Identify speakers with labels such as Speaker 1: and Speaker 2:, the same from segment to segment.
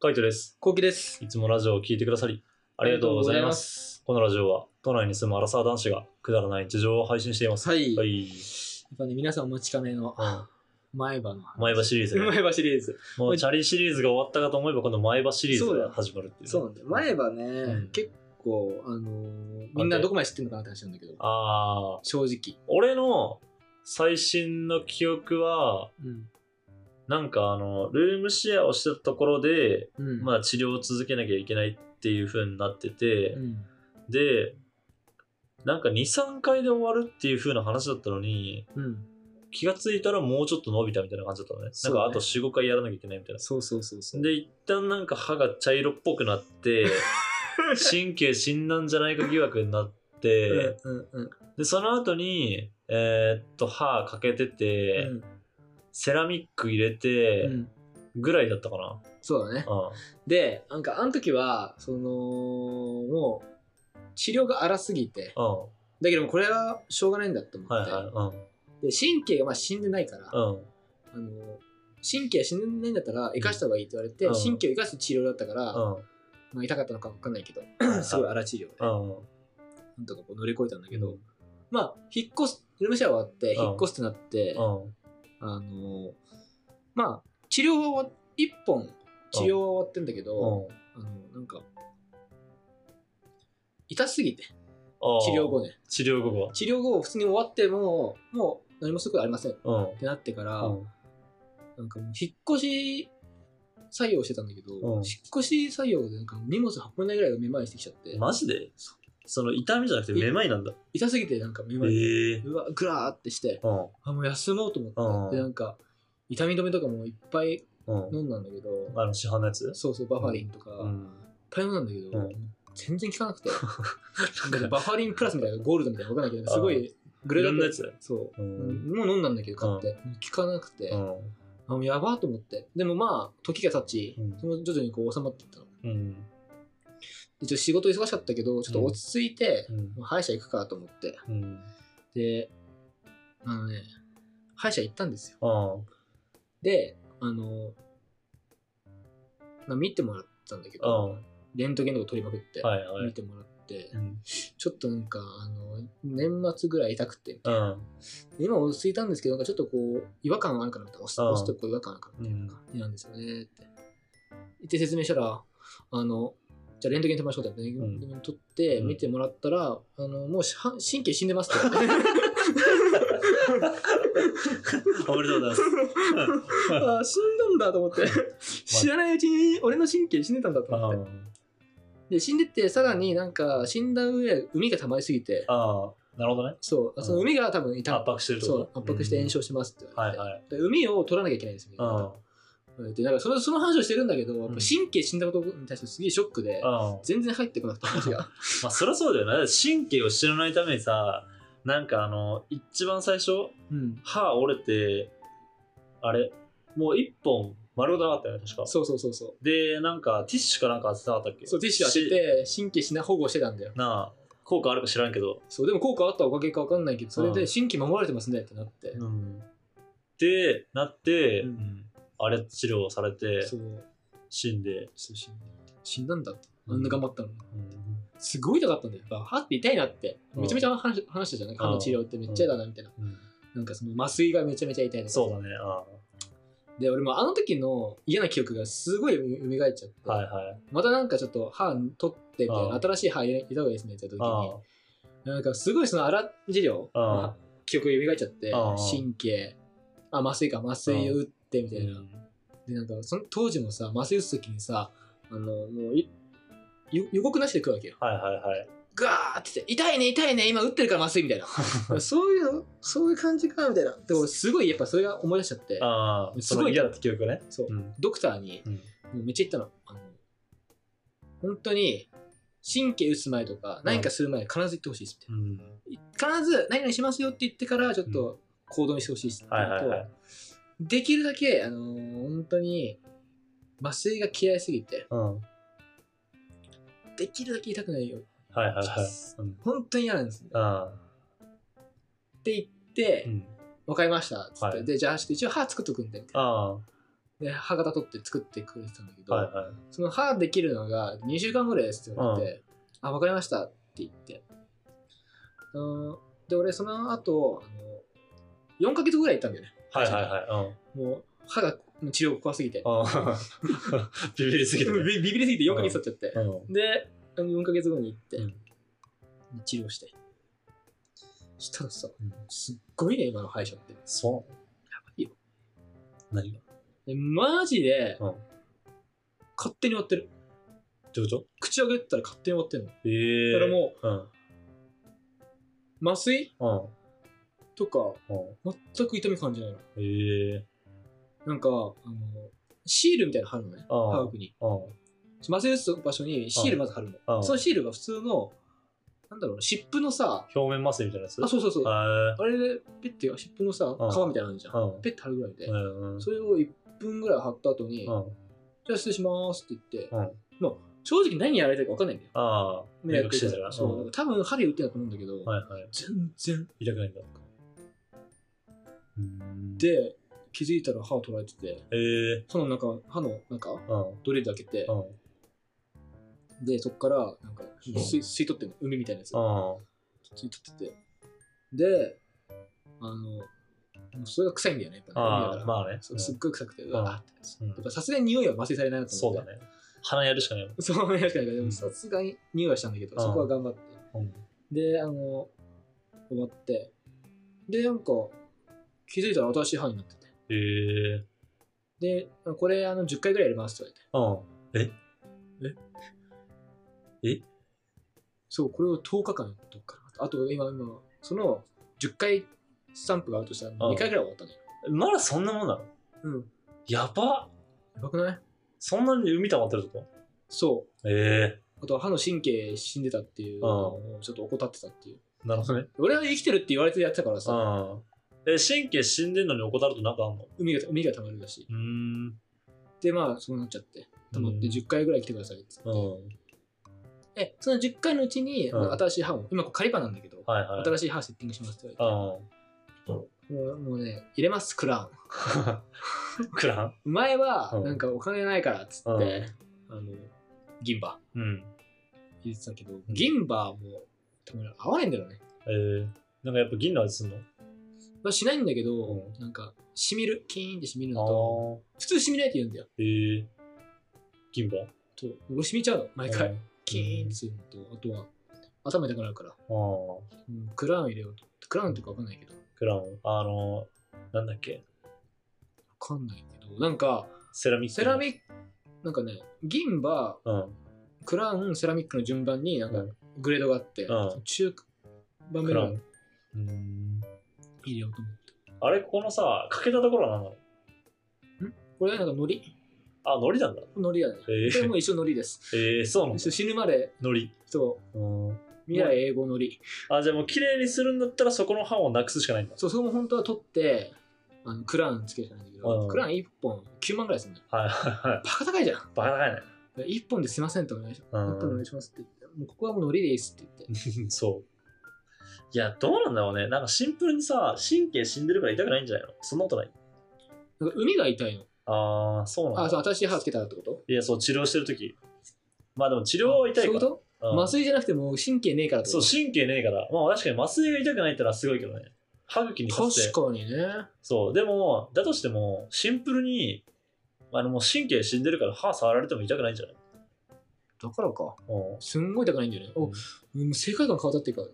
Speaker 1: カイトです。
Speaker 2: コウキです。
Speaker 1: いつもラジオを聞いてくださり、ありがとうございます。このラジオは、都内に住むアラサー男子がくだらない日常を配信しています。
Speaker 2: はい。
Speaker 1: は
Speaker 2: や
Speaker 1: い。
Speaker 2: っぱね、皆さんお待ちかねの
Speaker 1: うん
Speaker 2: 前歯の話。
Speaker 1: 前歯シリーズ ね
Speaker 2: 前歯シリーズ。
Speaker 1: もうチャリシリーズが終わったかと思えば、この前歯シリーズが始まるっていうね。
Speaker 2: そうなんだよ。前歯ね、
Speaker 1: うん
Speaker 2: 結構、あのーみんなどこまで知ってんのかなって話なんだけど、
Speaker 1: あー、
Speaker 2: 正直。
Speaker 1: 俺の最新の記憶は、
Speaker 2: うん。
Speaker 1: なんかあの、ルームシェアをしてたところで、
Speaker 2: うん。
Speaker 1: まあ治療を続けなきゃいけないっていう風になってて、
Speaker 2: うん。
Speaker 1: で、なんか2、3回で終わるっていう風な話だったのに、
Speaker 2: うん。
Speaker 1: 気がついたらもうちょっと伸びたみたいな感じだったのね。
Speaker 2: そうね
Speaker 1: なんかあと4、5回やらなきゃいけないみたいな。
Speaker 2: そうそうそうそう。
Speaker 1: で、一旦なんか歯が茶色っぽくな って、神経死んだんじゃないか疑惑になって、
Speaker 2: うんうんうん。
Speaker 1: で、その後に、えーっと、歯かけてて、
Speaker 2: うん
Speaker 1: セラミック入れて
Speaker 2: う、ん
Speaker 1: ぐらいだったかな。
Speaker 2: そうだね。
Speaker 1: うん。
Speaker 2: で、なんか、あの時は、その、もう、治療が荒すぎて、
Speaker 1: うん。
Speaker 2: だけどもこれはしょうがないんだと思って、
Speaker 1: はいはい。
Speaker 2: で神経がまあ死んでないから、
Speaker 1: う
Speaker 2: あ
Speaker 1: ん。うん。
Speaker 2: の神経死んでないんだったら生かした方がいいって言われて、
Speaker 1: うん
Speaker 2: 神経を生かす治療だったから、
Speaker 1: うん。
Speaker 2: まあ、痛かったのか分かんないけど、
Speaker 1: はい
Speaker 2: すごい荒治療で、
Speaker 1: うん。
Speaker 2: なんとかこう乗り越えたんだけど、
Speaker 1: うん
Speaker 2: まあ、引っ越す、ルームシェア終わって、
Speaker 1: うん
Speaker 2: 引っ越すってなって、
Speaker 1: うん。
Speaker 2: あのーまあ、治療は終わっ一本、治療は終わってんだけど、
Speaker 1: うん。
Speaker 2: あの、なんか、痛すぎて、
Speaker 1: あー
Speaker 2: 治療後ね。
Speaker 1: 治療後
Speaker 2: 治療後、普通に終わっても、もう何もすることありませんっ
Speaker 1: が。うん。
Speaker 2: てなってから、
Speaker 1: うん
Speaker 2: なんかもう引っ越し作業してたんだけど、
Speaker 1: うん
Speaker 2: 引っ越し作業でなんか荷物運べないぐらいがめまいしてきちゃって、
Speaker 1: マジでその痛みじゃなくてめまいなんだ。
Speaker 2: 痛すぎてなんかめまい、
Speaker 1: ええ。
Speaker 2: うわ、ぐらーってして、
Speaker 1: うん。
Speaker 2: あもう休もうと思って、
Speaker 1: うん
Speaker 2: でなんか痛み止めとかもいっぱい
Speaker 1: うん。
Speaker 2: 飲んだんだけど、
Speaker 1: あの、市販のやつ
Speaker 2: そうそうバファリンとか、
Speaker 1: う
Speaker 2: いっ
Speaker 1: ん。
Speaker 2: ぱい飲んだんだけど、
Speaker 1: うん
Speaker 2: 全然効かな くて
Speaker 1: なん
Speaker 2: なん
Speaker 1: か、
Speaker 2: かバファリンプラスみたいなゴールドみたいなの分かんないけどすごいグレ
Speaker 1: い
Speaker 2: ード
Speaker 1: ろんな
Speaker 2: アップ
Speaker 1: やつ。
Speaker 2: そ
Speaker 1: う
Speaker 2: う、
Speaker 1: ん
Speaker 2: もう飲んだんだけど買って、効かなくて、
Speaker 1: う
Speaker 2: あ
Speaker 1: ん。
Speaker 2: もうやばーと思ってでもまあ時が経ち、
Speaker 1: うん
Speaker 2: その徐々にこう収まっていったの
Speaker 1: うん。
Speaker 2: でちょっと仕事忙しかったけどちょっと落ち着いて
Speaker 1: う、ん
Speaker 2: もう歯医者行くかと思って
Speaker 1: うん。
Speaker 2: であのね歯医者行ったんですよ
Speaker 1: うん。
Speaker 2: で、あの、まあ、見てもらったんだけ
Speaker 1: う
Speaker 2: ど、
Speaker 1: ん
Speaker 2: レントゲンとか取りまくって、
Speaker 1: はいは
Speaker 2: 見
Speaker 1: い。
Speaker 2: てもらって、
Speaker 1: うん。
Speaker 2: ちょっとなんか、あの、年末ぐらい痛くて、
Speaker 1: うん。
Speaker 2: 今落ち着いたんですけど、なんかちょっとこう、違和感あるかなって、押す
Speaker 1: うん
Speaker 2: 押すとこう違和感あるかなみたいな感じなんですよねって。言って説明したら、あの、じゃあレントゲン取りましょうって、レントゲン取って、
Speaker 1: うん
Speaker 2: 見てもらったら、あの、もうし神経死んで ますって。
Speaker 1: おめでとうございます。
Speaker 2: あー死んだんだと 思って知らないうちに俺の神経死んでたんだと
Speaker 1: う
Speaker 2: 思って
Speaker 1: ん。
Speaker 2: で死んでってさらになんか死んだ上海が溜まりすぎて
Speaker 1: ああ、なるほどね。
Speaker 2: そう
Speaker 1: うん
Speaker 2: その海が多分痛
Speaker 1: 圧
Speaker 2: む
Speaker 1: 迫してるって
Speaker 2: そ
Speaker 1: こ
Speaker 2: う
Speaker 1: と
Speaker 2: 圧迫して炎症してますって
Speaker 1: う
Speaker 2: 言
Speaker 1: ん
Speaker 2: わ
Speaker 1: は
Speaker 2: れ
Speaker 1: い
Speaker 2: て、
Speaker 1: はい。
Speaker 2: で海を取らなきゃいけないんです
Speaker 1: うん。うん
Speaker 2: よ、ねでなんかそのその話をしてるんだけどやっぱ神経死んだことに対してすげえショックで、
Speaker 1: ま
Speaker 2: 全然入ってこなくて 話が
Speaker 1: あ、そりゃそうだよな。だって神経を知らないためにさ、なんかあの、一番最初、
Speaker 2: うん
Speaker 1: 歯折れて、あれ、もう一本丸ごとなかったよね、確か。
Speaker 2: そうそうそうそう
Speaker 1: で、なんか、ティッシュかなんか当てたかったっけ
Speaker 2: そうティッシュ当て
Speaker 1: して
Speaker 2: 神経死な保護してたんだよ
Speaker 1: なあ、効果あるか知らんけど。
Speaker 2: そうでも効果あったおかげか分かんないけどそれで神経守られてますねってなって、
Speaker 1: うん。で、なって、
Speaker 2: うん
Speaker 1: あれ治療されて
Speaker 2: そ、う
Speaker 1: 死んで、
Speaker 2: そう死んだ死んだんだって
Speaker 1: うん
Speaker 2: あんな頑張ったのに、
Speaker 1: うん。
Speaker 2: すごい痛かったんだよやっぱ歯って痛いなって
Speaker 1: うん
Speaker 2: めちゃめちゃ話し話したじゃない歯の治療ってめっちゃ嫌だなみたいな、
Speaker 1: うん
Speaker 2: なんかその麻酔がめちゃめちゃ痛いな
Speaker 1: そうだね、あ
Speaker 2: で俺もあの時の嫌な記憶がすごい蘇っちゃって、
Speaker 1: あはいはい。
Speaker 2: またなんかちょっと歯取ってみたい
Speaker 1: あ
Speaker 2: な
Speaker 1: あ
Speaker 2: 新しい歯入れた方がいいですねって言った
Speaker 1: あ
Speaker 2: 時になんかすごいその荒治療
Speaker 1: あ
Speaker 2: まあ記憶が蘇っちゃって
Speaker 1: ああ
Speaker 2: 神経あ麻酔か麻酔を打ってみたいな、でなんかその当時もさ麻酔打つ時にさあのもうい予予告なしで来るわけよ
Speaker 1: あはいはいはい。
Speaker 2: ガーって言って痛いね痛いね今打ってるから麻酔みた いなそういうのそういう感じかみたいなでもすごいやっぱそれが思い出しちゃって
Speaker 1: ああ、
Speaker 2: す
Speaker 1: そ
Speaker 2: ごい
Speaker 1: の嫌だった記憶ね。
Speaker 2: そう
Speaker 1: うん。
Speaker 2: ドクターに
Speaker 1: うん
Speaker 2: もうめっちゃ言ったのあの本当に神経打つ前とか何かする前必ず言ってほしいですみ
Speaker 1: うん。
Speaker 2: たいな、必ず何々しますよって言ってからちょっと行動にしてほしいですって
Speaker 1: はい
Speaker 2: 言うと、
Speaker 1: はいはい。
Speaker 2: できるだけあのー本当に麻酔が嫌いすぎて
Speaker 1: うん。はい
Speaker 2: できるだけ痛くないよ
Speaker 1: はいはい。うん。
Speaker 2: 本当に嫌なんですっ
Speaker 1: あ
Speaker 2: て言って、
Speaker 1: あ、うん。
Speaker 2: わかりましたっつって、
Speaker 1: はい
Speaker 2: でじゃあちょっと一応歯作っとくんでみたいな
Speaker 1: あ
Speaker 2: で歯型取って作ってくれてたんだけど、
Speaker 1: はいはい。
Speaker 2: その歯できるのが2週間ぐらいですって言われて、あ、わかりましたって言って。うんで、俺その後、あの4ヶ月ぐらい行ったんだよね。
Speaker 1: はいはいはい。うん。
Speaker 2: もう歯がもう治療が怖すぎて。
Speaker 1: あ ービビりすぎて ね。
Speaker 2: ビビビりすぎて4ヶ月経っちゃって。
Speaker 1: うん。
Speaker 2: で、あの4ヶ月後に行って、
Speaker 1: うん
Speaker 2: 治療して。したらさ、
Speaker 1: うん
Speaker 2: すっごいね、今の歯医者って。
Speaker 1: そう
Speaker 2: いよ。
Speaker 1: 何が
Speaker 2: でマジで、
Speaker 1: うん
Speaker 2: 勝手に割ってる。
Speaker 1: どういうこ
Speaker 2: 口開けたら勝手に割ってるの。
Speaker 1: とええ
Speaker 2: だからも
Speaker 1: う。
Speaker 2: う、麻酔
Speaker 1: うん。うん。
Speaker 2: とか、
Speaker 1: うん。
Speaker 2: 全く痛み感じないの。
Speaker 1: ええ
Speaker 2: なんか、あの、シールみたいなの貼るのね、
Speaker 1: ああ
Speaker 2: 科学に。
Speaker 1: うん。
Speaker 2: 麻酔打つ場所にシールまず貼る
Speaker 1: あ
Speaker 2: の。
Speaker 1: あ
Speaker 2: そのシールが普通の、なんだろうな、湿布のさ、
Speaker 1: 表面麻酔みたいなやつ
Speaker 2: あ、そうそうそう。あ
Speaker 1: へ
Speaker 2: れで、ペッて、湿布のさ、
Speaker 1: ああ
Speaker 2: 皮みたいなのあるじゃ
Speaker 1: ああ
Speaker 2: ん。ペッて貼るぐらいで
Speaker 1: え。うん。うん。
Speaker 2: それを1分ぐらい貼った後に、
Speaker 1: うん。
Speaker 2: じゃあ失礼しますって言って、
Speaker 1: うん
Speaker 2: まあ正直何やられてるか分かんないんだよ。
Speaker 1: ああ、
Speaker 2: 目
Speaker 1: 目
Speaker 2: やっ
Speaker 1: 隠
Speaker 2: て
Speaker 1: して
Speaker 2: る
Speaker 1: た
Speaker 2: か
Speaker 1: から。
Speaker 2: ら。そう、
Speaker 1: うん
Speaker 2: だから多分針打ってたと思うんだけど、
Speaker 1: はいはい。
Speaker 2: 全然。
Speaker 1: 痛くないんだ。うん。
Speaker 2: で、気づいたら歯を取られてて、
Speaker 1: ええ
Speaker 2: 歯の中、歯の中、
Speaker 1: うん。
Speaker 2: ドリル開けて、
Speaker 1: うん。
Speaker 2: で、そっから、なんか、
Speaker 1: ん
Speaker 2: 吸い吸い取ってんの、海みたいなやつ。
Speaker 1: うん。
Speaker 2: 吸い取ってて。で、あの、もうそれが臭いんだよね、やっぱね。海
Speaker 1: あ
Speaker 2: だか
Speaker 1: あ、
Speaker 2: ら
Speaker 1: まあね。
Speaker 2: そうすっごい臭くて、うわーってなるんです
Speaker 1: うん
Speaker 2: やっぱさすがに匂いは麻酔されないなと
Speaker 1: そ
Speaker 2: 思っ
Speaker 1: う
Speaker 2: て。
Speaker 1: だね。鼻やるしかないもん。
Speaker 2: そう、確かに。でもさすがに匂いはしたんだけど、
Speaker 1: うん
Speaker 2: そこは頑張って。
Speaker 1: うん。
Speaker 2: で、あの、終わって。で、なんか、気づいたら新しい班になってて。
Speaker 1: ええ
Speaker 2: で、これ、あの、10回ぐらいやりますって言われて。
Speaker 1: うん。え
Speaker 2: そう、これを10日間やっとくから。あと、今、今、その、10回スタンプがあるとしたら、2回ぐらいは終わったね。
Speaker 1: まだそんなもんなの
Speaker 2: うん。
Speaker 1: やば
Speaker 2: やばくない
Speaker 1: そんなに海溜まってるってこ
Speaker 2: そ
Speaker 1: とええ
Speaker 2: う。あと、歯の神経死んでたっていうのを、ちょっと怠ってたっていう。
Speaker 1: なるほどね。
Speaker 2: 俺は生きてるって言われてやってたから
Speaker 1: う
Speaker 2: さ、
Speaker 1: ん。え、神経死んでんのに怠るとなんかあんの
Speaker 2: 海が、海が溜まるらしい。
Speaker 1: うーん。
Speaker 2: で、まあ、そうなっちゃって。溜まって、10回ぐらい来てくださいって言
Speaker 1: う
Speaker 2: って。
Speaker 1: ん。
Speaker 2: え、その10回のうちに、
Speaker 1: うん
Speaker 2: 新しい班を、今、仮班なんだけど、
Speaker 1: はいはい。
Speaker 2: 新しい歯セッティングしますって言われて、もうもうね、入れます、クラ
Speaker 1: うん。 クラン
Speaker 2: ウン。前は、
Speaker 1: うん
Speaker 2: なんかお金ないからっつって、あの、銀歯
Speaker 1: うん。
Speaker 2: 入れてたけど、銀歯も多分合わないんだろうね。
Speaker 1: ええなんかやっぱ銀の味すんの
Speaker 2: まあ、しないんだけど、
Speaker 1: う
Speaker 2: なんか、しみる、キーンってしみるのと、
Speaker 1: ああ。
Speaker 2: 普通しみないって言うんだよ。
Speaker 1: ええ銀歯
Speaker 2: と俺しみちゃうの、毎
Speaker 1: う
Speaker 2: 回。
Speaker 1: ん
Speaker 2: キーンってするのと、あとは、頭痛くなるから、
Speaker 1: ああ。
Speaker 2: うんクラウン入れようと。クラウンとかわかんないけど、わ
Speaker 1: クラウン、あの、なんだっけ、
Speaker 2: かんないけど、なんか、
Speaker 1: セラミック。
Speaker 2: セラ
Speaker 1: ッ
Speaker 2: ミック、なんかね、銀歯、
Speaker 1: ク。うん。
Speaker 2: クラウン、セラミックの順番になんかグレードがあって、
Speaker 1: うん
Speaker 2: 中盤目
Speaker 1: クラウ
Speaker 2: の
Speaker 1: ン。うーん。
Speaker 2: 入れようと思って。
Speaker 1: あれ、このさ、かけたところは何なの
Speaker 2: これはなんかノリ
Speaker 1: あ、海苔なんだ。
Speaker 2: ノリだね。
Speaker 1: え
Speaker 2: これ
Speaker 1: ー、
Speaker 2: も一応ノリです。
Speaker 1: えー、そうなんだ。
Speaker 2: 死ぬまで、
Speaker 1: 海苔。
Speaker 2: そう、
Speaker 1: うん。
Speaker 2: 未来英語ノリ。
Speaker 1: あ、じゃあもう綺麗にするんだったらそこの歯をなくすしかないんだ。
Speaker 2: そう、そこも本当は取って、あのクラウンつけるしかないんだけど、
Speaker 1: うん
Speaker 2: クラウン1本9万ぐらいするんだよ。
Speaker 1: はいはいはい。
Speaker 2: バカ高いじゃん。
Speaker 1: バカ高いね。
Speaker 2: 1本ですいませんとお願いし
Speaker 1: う
Speaker 2: ます。
Speaker 1: ん
Speaker 2: 1本お願いしますって言って、もうここはもうノリでいいですって言って。
Speaker 1: うんそう。いや、どうなんだろうね。なんかシンプルにさ、神経死んでるから痛くないんじゃないのそんなことない。
Speaker 2: なんか海が痛いの。
Speaker 1: あー、そうなん
Speaker 2: あ、
Speaker 1: だ。
Speaker 2: そう、新しい歯つけたらってこと
Speaker 1: いや、そう、治療してるとき。まあでも治療は痛い
Speaker 2: そう
Speaker 1: か
Speaker 2: いう
Speaker 1: ら。
Speaker 2: こ
Speaker 1: うん
Speaker 2: と麻酔じゃなくてもう神経ねえからって
Speaker 1: そ
Speaker 2: こ
Speaker 1: う、神経ねえから。まあ確かに麻酔が痛くないってのはすごいけどね。歯茎に刺
Speaker 2: と
Speaker 1: して。
Speaker 2: 確かにね。
Speaker 1: そう、でも、だとしても、シンプルに、あのもう神経死んでるから歯触られても痛くないんじゃない
Speaker 2: だからか。
Speaker 1: うん
Speaker 2: すんごい高いんだよね。お、
Speaker 1: うん
Speaker 2: うん、世界観変わったっていうか、は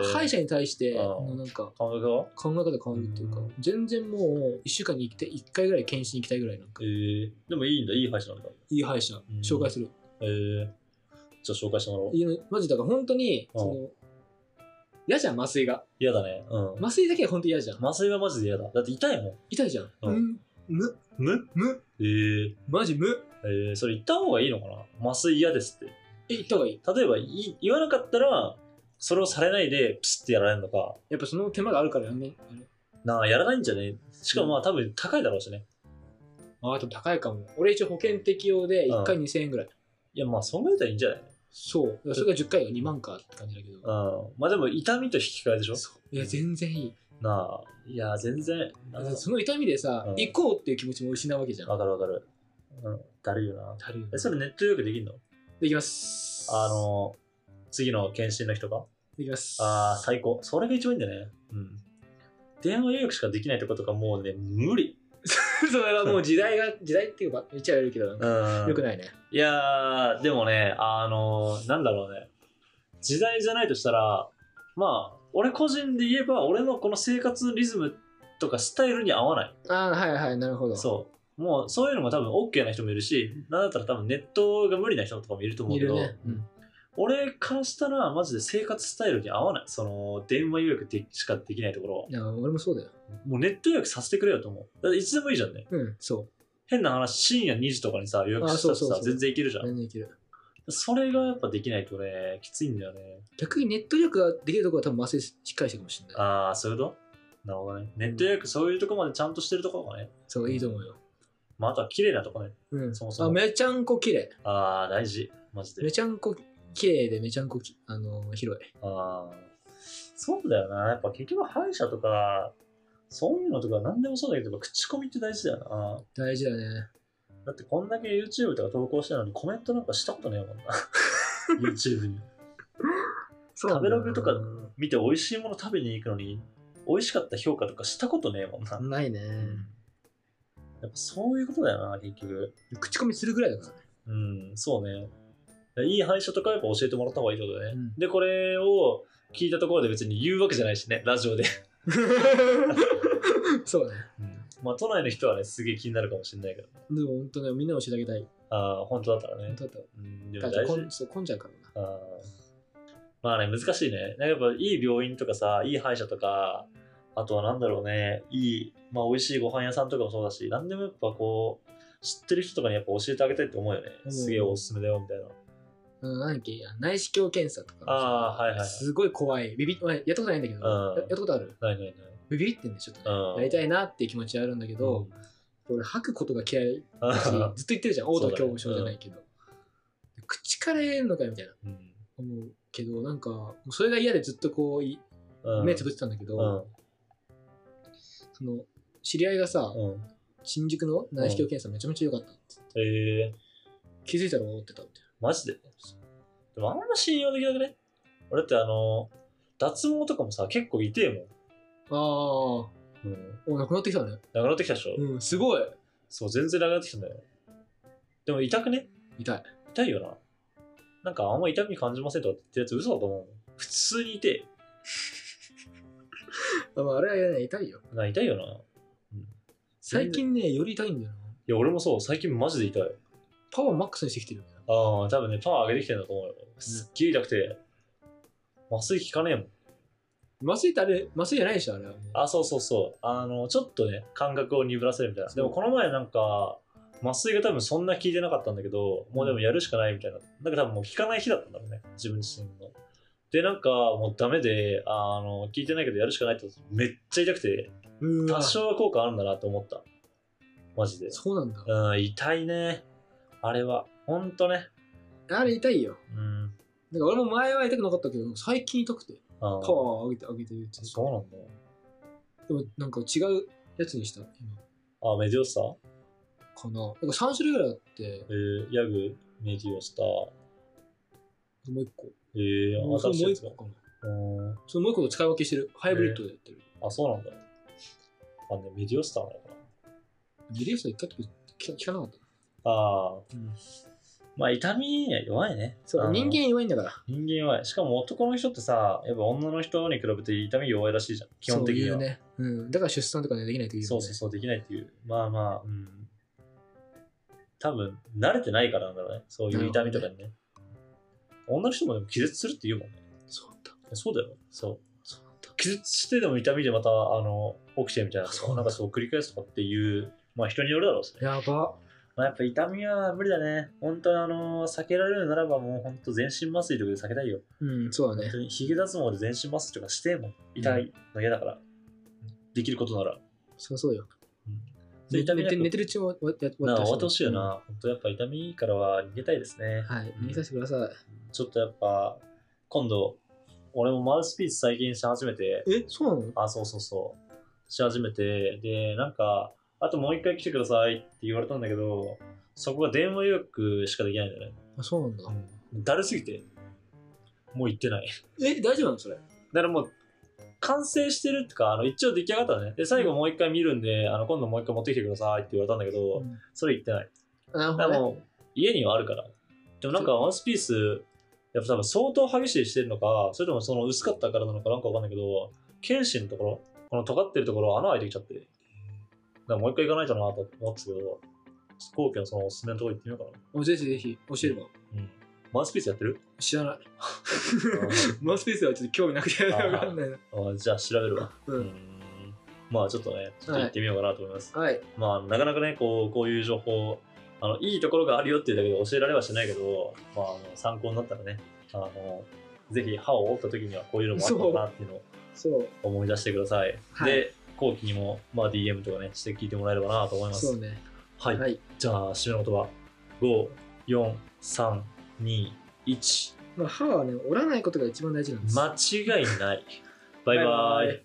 Speaker 1: へー
Speaker 2: 歯医者に対して、
Speaker 1: あー
Speaker 2: もうなんか、
Speaker 1: 感覚は
Speaker 2: 考え方変わるっていうか
Speaker 1: うん、
Speaker 2: 全然もう、1週間に 1, 回一回ぐらい検診行きたいぐらいなんか、
Speaker 1: えー、でもいいんだ、いい歯医者なんだ。
Speaker 2: いい歯医者、紹介する。
Speaker 1: えー、じゃあ紹介してもらおう。
Speaker 2: いやマジだから本当に、
Speaker 1: うん
Speaker 2: その、嫌じゃん、麻酔が。
Speaker 1: 嫌だね。うん。
Speaker 2: 麻酔だけは本当嫌じゃん。
Speaker 1: 麻酔はマジで嫌だ。だって痛いもん。
Speaker 2: 痛いじゃん。
Speaker 1: う
Speaker 2: うんん。む、
Speaker 1: む
Speaker 2: む、
Speaker 1: えー、
Speaker 2: マジむ。
Speaker 1: えー、それ言った方がいいのかな麻酔嫌ですって。
Speaker 2: え、行った方がいい。
Speaker 1: 例えばい、言わなかったら、それをされないで、ピシッてやられるのか、
Speaker 2: やっぱその手間があるからやんね。あれ
Speaker 1: なあ、やらないんじゃねしかもまあ多分高いだろうしね。
Speaker 2: あ、でも高いかも。俺一応保険適用で、1回2000円ぐらい。
Speaker 1: いや、まあ、そんぐらいだったらいいんじゃない
Speaker 2: そう。だからそれが10回が2万かって感じだけど。
Speaker 1: うん。まあでも、痛みと引き換えでしょ
Speaker 2: そういや、全然いい。
Speaker 1: なあ、いや、全然、
Speaker 2: だってその痛みでさ、
Speaker 1: うん
Speaker 2: 行こうっていう気持ちも失うわけじゃん。
Speaker 1: わかるわかる。うん、だるいよな。
Speaker 2: あるよね
Speaker 1: え、それネット予約できるの
Speaker 2: できます。
Speaker 1: あ、の、次の検診の人が
Speaker 2: できます。
Speaker 1: ああ、最高。それが一番いいんだよね。うん。電話予約しかできないとことかもうね、無理。
Speaker 2: それはもう時代が、時代っていうか、言っちゃ悪いけど、
Speaker 1: うん。
Speaker 2: よく
Speaker 1: い
Speaker 2: ないね。
Speaker 1: いやー、でもね、あの、なんだろうね。時代じゃないとしたら、まあ、俺個人で言えば、俺のこの生活リズムとかスタイルに合わない。
Speaker 2: ああ、はいはい、なるほど。
Speaker 1: そう。もうそういうのも多分 OK な人もいるし、なんだったら多分ネットが無理な人とかもいると思う
Speaker 2: い
Speaker 1: け
Speaker 2: る
Speaker 1: ど、
Speaker 2: ね。うん
Speaker 1: 俺からしたらマジで生活スタイルに合わない。その電話予約でしかできないところ
Speaker 2: いや、俺もそうだよ。
Speaker 1: もうネット予約させてくれよと思う。だっていつでもいいじゃんね。
Speaker 2: うん、そ
Speaker 1: 変な話、深夜2時とかにさ、予約した
Speaker 2: あ
Speaker 1: ら
Speaker 2: そうそう
Speaker 1: さ
Speaker 2: そ、う
Speaker 1: 全然いけるじゃ
Speaker 2: う。
Speaker 1: ん。
Speaker 2: 全然いける。
Speaker 1: それがやっぱできないとね、きついんだよね。
Speaker 2: 逆にネット力ができるところは多分麻酔しっかりしてるかもしれない。
Speaker 1: ああ、そういうことなるほどね。ネット予約、そういうとこまでちゃんとしてるところがね。
Speaker 2: そう、いいと思うよ。
Speaker 1: まあ、あとは綺麗なとこね。
Speaker 2: うん。
Speaker 1: そもそも
Speaker 2: あ、めちゃんこ綺麗。
Speaker 1: ああ、大事。マジで
Speaker 2: め。ちゃんこ綺麗でめちゃんこき、あのー広い。
Speaker 1: ああ、そうだよな。やっぱ結局歯医者とか、そういうのとか何でもそうだけど、口コミって大事だよ
Speaker 2: 大事だね。
Speaker 1: な。だってこんだけ YouTube とか投稿してるのにコメントなんかしたことねえも んな。YouTube に。
Speaker 2: そ
Speaker 1: 食べログとか見て美味しいもの食べに行くのに、美味しかった評価とかしたことねえもんな。
Speaker 2: ないね。
Speaker 1: やっぱそういうことだよな、結局。
Speaker 2: 口コミするぐらいだからね。
Speaker 1: うん、そうね。いい歯医者とかやっぱ教えてもらった方がいいってことだね。
Speaker 2: うん
Speaker 1: で、これを聞いたところで別に言うわけじゃないしね、ラジオで。
Speaker 2: そうね。
Speaker 1: まあ、都内の人はね、すげえ気になるかもしれないけど。
Speaker 2: でも本当ね、みんなに教えてあげたい。
Speaker 1: ああ、本当だったらね
Speaker 2: 本。当だっ
Speaker 1: うん、で
Speaker 2: た
Speaker 1: も
Speaker 2: ら。
Speaker 1: 大
Speaker 2: だってこ
Speaker 1: 事
Speaker 2: ん。そう混んじゃうからな。
Speaker 1: あーまあね、難しいね。なんかやっぱいい病院とかさ、いい歯医者とか、あとはなんだろうね、いい、まあ美味しいご飯屋さんとかもそうだし、なんでもやっぱこう、知ってる人とかにやっぱ教えてあげたいって思うよね。
Speaker 2: うん
Speaker 1: すげえおすすめだよみたいな。
Speaker 2: うん、何だっけ内視鏡検査とか。
Speaker 1: あーはいはいはい
Speaker 2: すごい怖い。ビビ俺やったことないんだけ
Speaker 1: う
Speaker 2: ど、
Speaker 1: ん
Speaker 2: ややったことある
Speaker 1: ないない
Speaker 2: ビビってんね、ちょっとね。
Speaker 1: ない。うん。
Speaker 2: やりたいなっていう気持ちはあるんだけど、俺、吐くことが嫌いだ し、ずっと言ってるじゃん。
Speaker 1: そう
Speaker 2: 嘔
Speaker 1: だ
Speaker 2: 吐
Speaker 1: ね
Speaker 2: 恐怖症じゃないけど。口から言えんのかよみたいな
Speaker 1: うん。
Speaker 2: 思うけど、なんか、もうそれが嫌でずっとこうい、
Speaker 1: うん。
Speaker 2: 目つぶってたんだけ
Speaker 1: う
Speaker 2: ど、
Speaker 1: ん。うん。
Speaker 2: その、知り合いがさ、
Speaker 1: うん
Speaker 2: 新宿の内視鏡検査めちゃめちゃ良かったって。
Speaker 1: えー、
Speaker 2: 気づいたら思ってたみたい
Speaker 1: マジで。でもあんま信用できなくね俺ってあの、脱毛とかもさ、結構痛えもん。
Speaker 2: な。ああ、お、
Speaker 1: うん。
Speaker 2: なくなってきたね。
Speaker 1: なくなってきたでしょ、
Speaker 2: うん、すごい。
Speaker 1: そう、全然なくなってきたんだよ。でも痛くね
Speaker 2: 痛い。
Speaker 1: 痛いよな。なんかあんま痛み感じませんとかってやつ嘘だと思う。普通に痛い。
Speaker 2: あまああれは嫌だね痛いよ。
Speaker 1: な痛いよな。うん、
Speaker 2: 最近ね、より痛いんだよな。
Speaker 1: いや、俺もそう、最近マジで痛い。
Speaker 2: パワーマックスにしてきてるよね。
Speaker 1: ああ、多分ね、パワー上げてきてんだと思うよ。すっげえ痛くて。麻酔効かねえもん。
Speaker 2: 麻酔ってあれ、麻酔じゃないでしょ、あれはもう。
Speaker 1: あ、そうそうそう。あの、ちょっとね、感覚を鈍らせるみたいな。でもこの前なんか、麻酔が多分そんな効いてなかったんだけど、もうでもやるしかないみたいな。なんか多分もう効かない日だったんだろうね、自分自身の。で、なんかもうダメで、あの、効いてないけどやるしかないってことめっちゃ痛くて、
Speaker 2: うーわ
Speaker 1: 多少は効果あるんだなと思った。マジで。
Speaker 2: そうなんだ。
Speaker 1: うん、痛いね。あれは。ほんとね。
Speaker 2: あれ痛いよ。
Speaker 1: うん。
Speaker 2: だから俺も前は痛くなかったけど、最近痛くて。
Speaker 1: パ
Speaker 2: パワー上げて、上げてるって。
Speaker 1: そうなんだ。
Speaker 2: でもなんか違うやつにした、今。
Speaker 1: あ、メディオスター
Speaker 2: かな。なんか3種類ぐらいあって、
Speaker 1: えー、ヤグ、メディオスター。
Speaker 2: もう1個。
Speaker 1: えー、新
Speaker 2: それ
Speaker 1: しい
Speaker 2: もう
Speaker 1: やつ
Speaker 2: 1
Speaker 1: が。
Speaker 2: 個かな。
Speaker 1: うん。
Speaker 2: それもう1個と使い分けしてる。ハイブリッドでやってる。
Speaker 1: あ、そうなんだ。あ、ね、メディオスターなのか
Speaker 2: リリースは1回とか聞かなかった。
Speaker 1: な。ああ、
Speaker 2: うん
Speaker 1: まあ痛みには弱いね。
Speaker 2: そう
Speaker 1: あの
Speaker 2: 人間弱いんだから。
Speaker 1: 人間弱い。しかも男の人ってさ、やっぱ女の人に比べて痛み弱いらしいじゃん。基本的には。
Speaker 2: そういうね。うん。だから出産とかね、できないという、ね。
Speaker 1: そうそうそう、できないっていう。まあまあ、うん。多分、慣れてないからなんだろうね。そういう痛みとかにね。女の人もでも気絶するって言うもんね。
Speaker 2: そうなんだ。
Speaker 1: そうだよ。そう。
Speaker 2: そうなんだ。
Speaker 1: 気絶してでも痛みでまた、あの、起きてみたいな。
Speaker 2: あそうなんだ
Speaker 1: なんかそう繰り返すとかっていう、まあ人によるだろうしね。
Speaker 2: やば。
Speaker 1: まあ、やっぱ痛みは無理だね。本当にあの避けられるならばもう本当全身麻酔とかで避けたいよ。
Speaker 2: うん、そうだ
Speaker 1: 本
Speaker 2: ね
Speaker 1: 当。にヒゲ脱毛で全身麻酔とかしても痛いの嫌だから、できることなら。
Speaker 2: そうそうよ。
Speaker 1: そう
Speaker 2: 寝
Speaker 1: 痛
Speaker 2: て
Speaker 1: み
Speaker 2: 寝
Speaker 1: な
Speaker 2: て
Speaker 1: く
Speaker 2: 寝てるうちも終わって
Speaker 1: なあ終わってほしいよ。
Speaker 2: うん
Speaker 1: な。本当やっぱ痛みからは逃げたいですね。
Speaker 2: はい、逃げさせてください。
Speaker 1: ちょっとやっぱ今度俺もマウスピース再現し始めて、
Speaker 2: え、そうなの
Speaker 1: あ、そうそうそう。し始めて、で、なんか、あともう一回来てくださいって言われたんだけど、そこが電話予約しかできないんだよね。
Speaker 2: あ、そうなんだ。
Speaker 1: だるすぎて、もう行ってない。
Speaker 2: え、大丈夫なのそれ。
Speaker 1: だからもう、完成してるってか、あの、一応出来上がったのね。で、最後もう一回見るんで、あの、今度もう一回持ってきてくださいって言われたんだけど、
Speaker 2: うん
Speaker 1: それ行ってない。
Speaker 2: なるほ
Speaker 1: で
Speaker 2: ど、ね。
Speaker 1: も、家にはあるから。でもなんか、ワンスピース、やっぱ多分相当激しいしてるのか、それともその薄かったからなのかなんかわかんないけど、剣心のところ、この尖ってるところ穴開いてきちゃって。だからもう一回行かないとなと思ってたけど、ちょっと後期のそのおすすめのとこ行ってみようか
Speaker 2: おぜひぜひ教えれば。
Speaker 1: な。うん。ワンスピースやってる
Speaker 2: 知らない。 マウスピースはちょっと興味なくて
Speaker 1: あー
Speaker 2: わかんないな。
Speaker 1: あーじゃあ調べるわ。
Speaker 2: う。
Speaker 1: うんん。まあちょっとね、ちょっと行ってみようかなと思います。
Speaker 2: はい。
Speaker 1: まあ、なかなかね、こう、こういう情報、あの、いいところがあるよっていうだけで教えられはしないけど、まあ、あの参考になったらね、あの、ぜひ歯を折った時にはこういうのもあったなっていうのを
Speaker 2: そう。
Speaker 1: 思い出してください。
Speaker 2: はい
Speaker 1: で、後期にも、まあ、DM とかね、して聞いてもらえればなと思いま
Speaker 2: そ
Speaker 1: す
Speaker 2: う。ね。
Speaker 1: はい。
Speaker 2: はい。
Speaker 1: じゃあ、締めの言葉。5、4、3、2、1。
Speaker 2: まあ、歯はね、折らないことが一番大事なんです。
Speaker 1: 間違いない。バイバ
Speaker 2: バイバ
Speaker 1: イ
Speaker 2: イ。